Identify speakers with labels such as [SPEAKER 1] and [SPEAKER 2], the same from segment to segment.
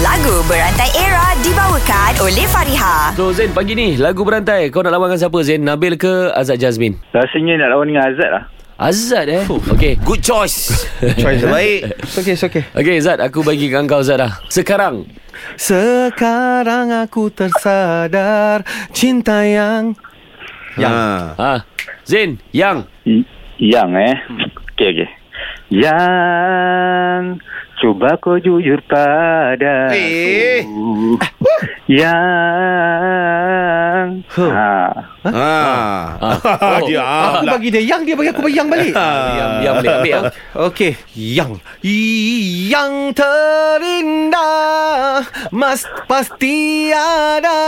[SPEAKER 1] Lagu Berantai Era dibawakan oleh Fariha.
[SPEAKER 2] So Zain pagi ni Lagu berantai Kau nak lawan dengan siapa Zain Nabil ke Azad Jazmin
[SPEAKER 3] Rasanya nak lawan dengan Azad lah
[SPEAKER 2] Azad eh Okay
[SPEAKER 4] Good choice
[SPEAKER 5] Choice
[SPEAKER 4] Terbaik
[SPEAKER 5] It's okay, it's okay.
[SPEAKER 2] Okay Zad Aku bagi dengan kau Zad lah Sekarang
[SPEAKER 5] Sekarang aku tersadar cinta yang
[SPEAKER 4] Yang
[SPEAKER 2] ha. Zain Yang
[SPEAKER 3] Y- Yang eh Okey okey Yang Cuba kau jujur pada
[SPEAKER 4] Eh.
[SPEAKER 3] aku Yang
[SPEAKER 5] Huh.
[SPEAKER 3] ha.
[SPEAKER 4] ha.
[SPEAKER 2] Ah.
[SPEAKER 4] Ah. Dia ah
[SPEAKER 5] Aku
[SPEAKER 4] pula.
[SPEAKER 5] bagi Oh, dia yang Dia bagi aku bagi yang balik
[SPEAKER 2] Yang, yang boleh ambil yang.
[SPEAKER 5] Okey Yang Yang terindah Mas pasti ada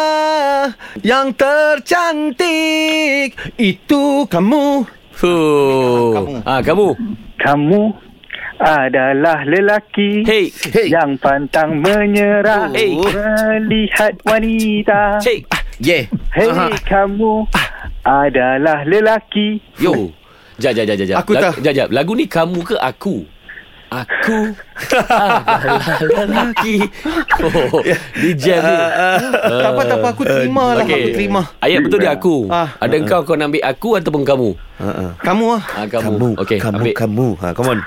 [SPEAKER 5] Yang tercantik Itu kamu
[SPEAKER 2] Fuh. Ah, kamu
[SPEAKER 3] Kamu adalah lelaki
[SPEAKER 2] Hey
[SPEAKER 4] Hey
[SPEAKER 3] Yang pantang menyerah
[SPEAKER 2] Hey.
[SPEAKER 3] Melihat wanita
[SPEAKER 2] Cik
[SPEAKER 4] Yeah
[SPEAKER 3] Hei
[SPEAKER 4] Aha.
[SPEAKER 3] kamu Adalah lelaki
[SPEAKER 2] Yo Jap jap jap jap, jap
[SPEAKER 5] Aku
[SPEAKER 2] Lag-
[SPEAKER 5] tak-
[SPEAKER 2] Jap jap Lagu ni kamu ke aku Aku adalah lelaki oh, Di jam ni
[SPEAKER 5] Tak apa tak apa Aku terima lah
[SPEAKER 2] Okey.
[SPEAKER 5] Aku terima
[SPEAKER 2] Ayat betul dia aku
[SPEAKER 5] Ah.
[SPEAKER 2] Ada engkau kau nak ambil aku Ataupun kamu
[SPEAKER 4] Ah, ah.
[SPEAKER 5] Kamu lah
[SPEAKER 2] ah, Kamu, Okey,
[SPEAKER 4] Kamu
[SPEAKER 2] ambil.
[SPEAKER 4] Kamu ha, Come on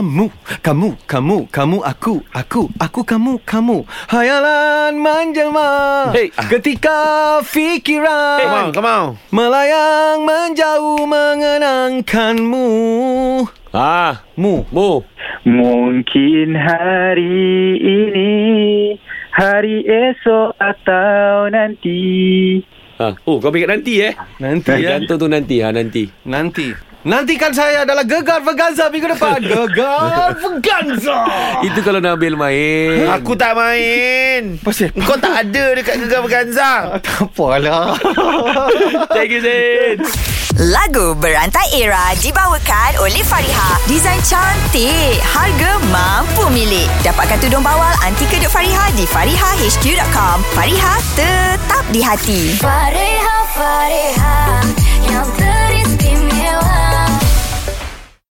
[SPEAKER 5] Kamu, kamu, kamu, kamu, aku, aku, aku, kamu, kamu. Hayalan menjelma
[SPEAKER 2] Hey.
[SPEAKER 5] ketika fikiran
[SPEAKER 4] Come on Come on
[SPEAKER 5] melayang menjauh mengenangkanmu.
[SPEAKER 2] Ah,
[SPEAKER 5] Mu.
[SPEAKER 2] Mu
[SPEAKER 3] Mungkin hari ini Hari esok atau nanti
[SPEAKER 2] ha. Oh kau ambil kat nanti eh
[SPEAKER 5] Nanti ya.
[SPEAKER 2] Tergantung tu nanti ha, Nanti
[SPEAKER 5] Nanti. Nantikan saya adalah Gegar Verganza minggu depan. Gegar Verganza.
[SPEAKER 2] Itu kalau Nabil main
[SPEAKER 4] Aku tak main
[SPEAKER 5] Apa sih?
[SPEAKER 4] Kau tak ada dekat Gegar Berganza
[SPEAKER 5] Tak lah. apalah.
[SPEAKER 2] Thank you Zain
[SPEAKER 1] Lagu Berantai Era dibawakan oleh Fariha. Desain cantik, harga mampu milik. Dapatkan tudung bawal anti kedut Fariha di farihahq.com. Fariha tetap di hati.
[SPEAKER 6] Fareja, fareja,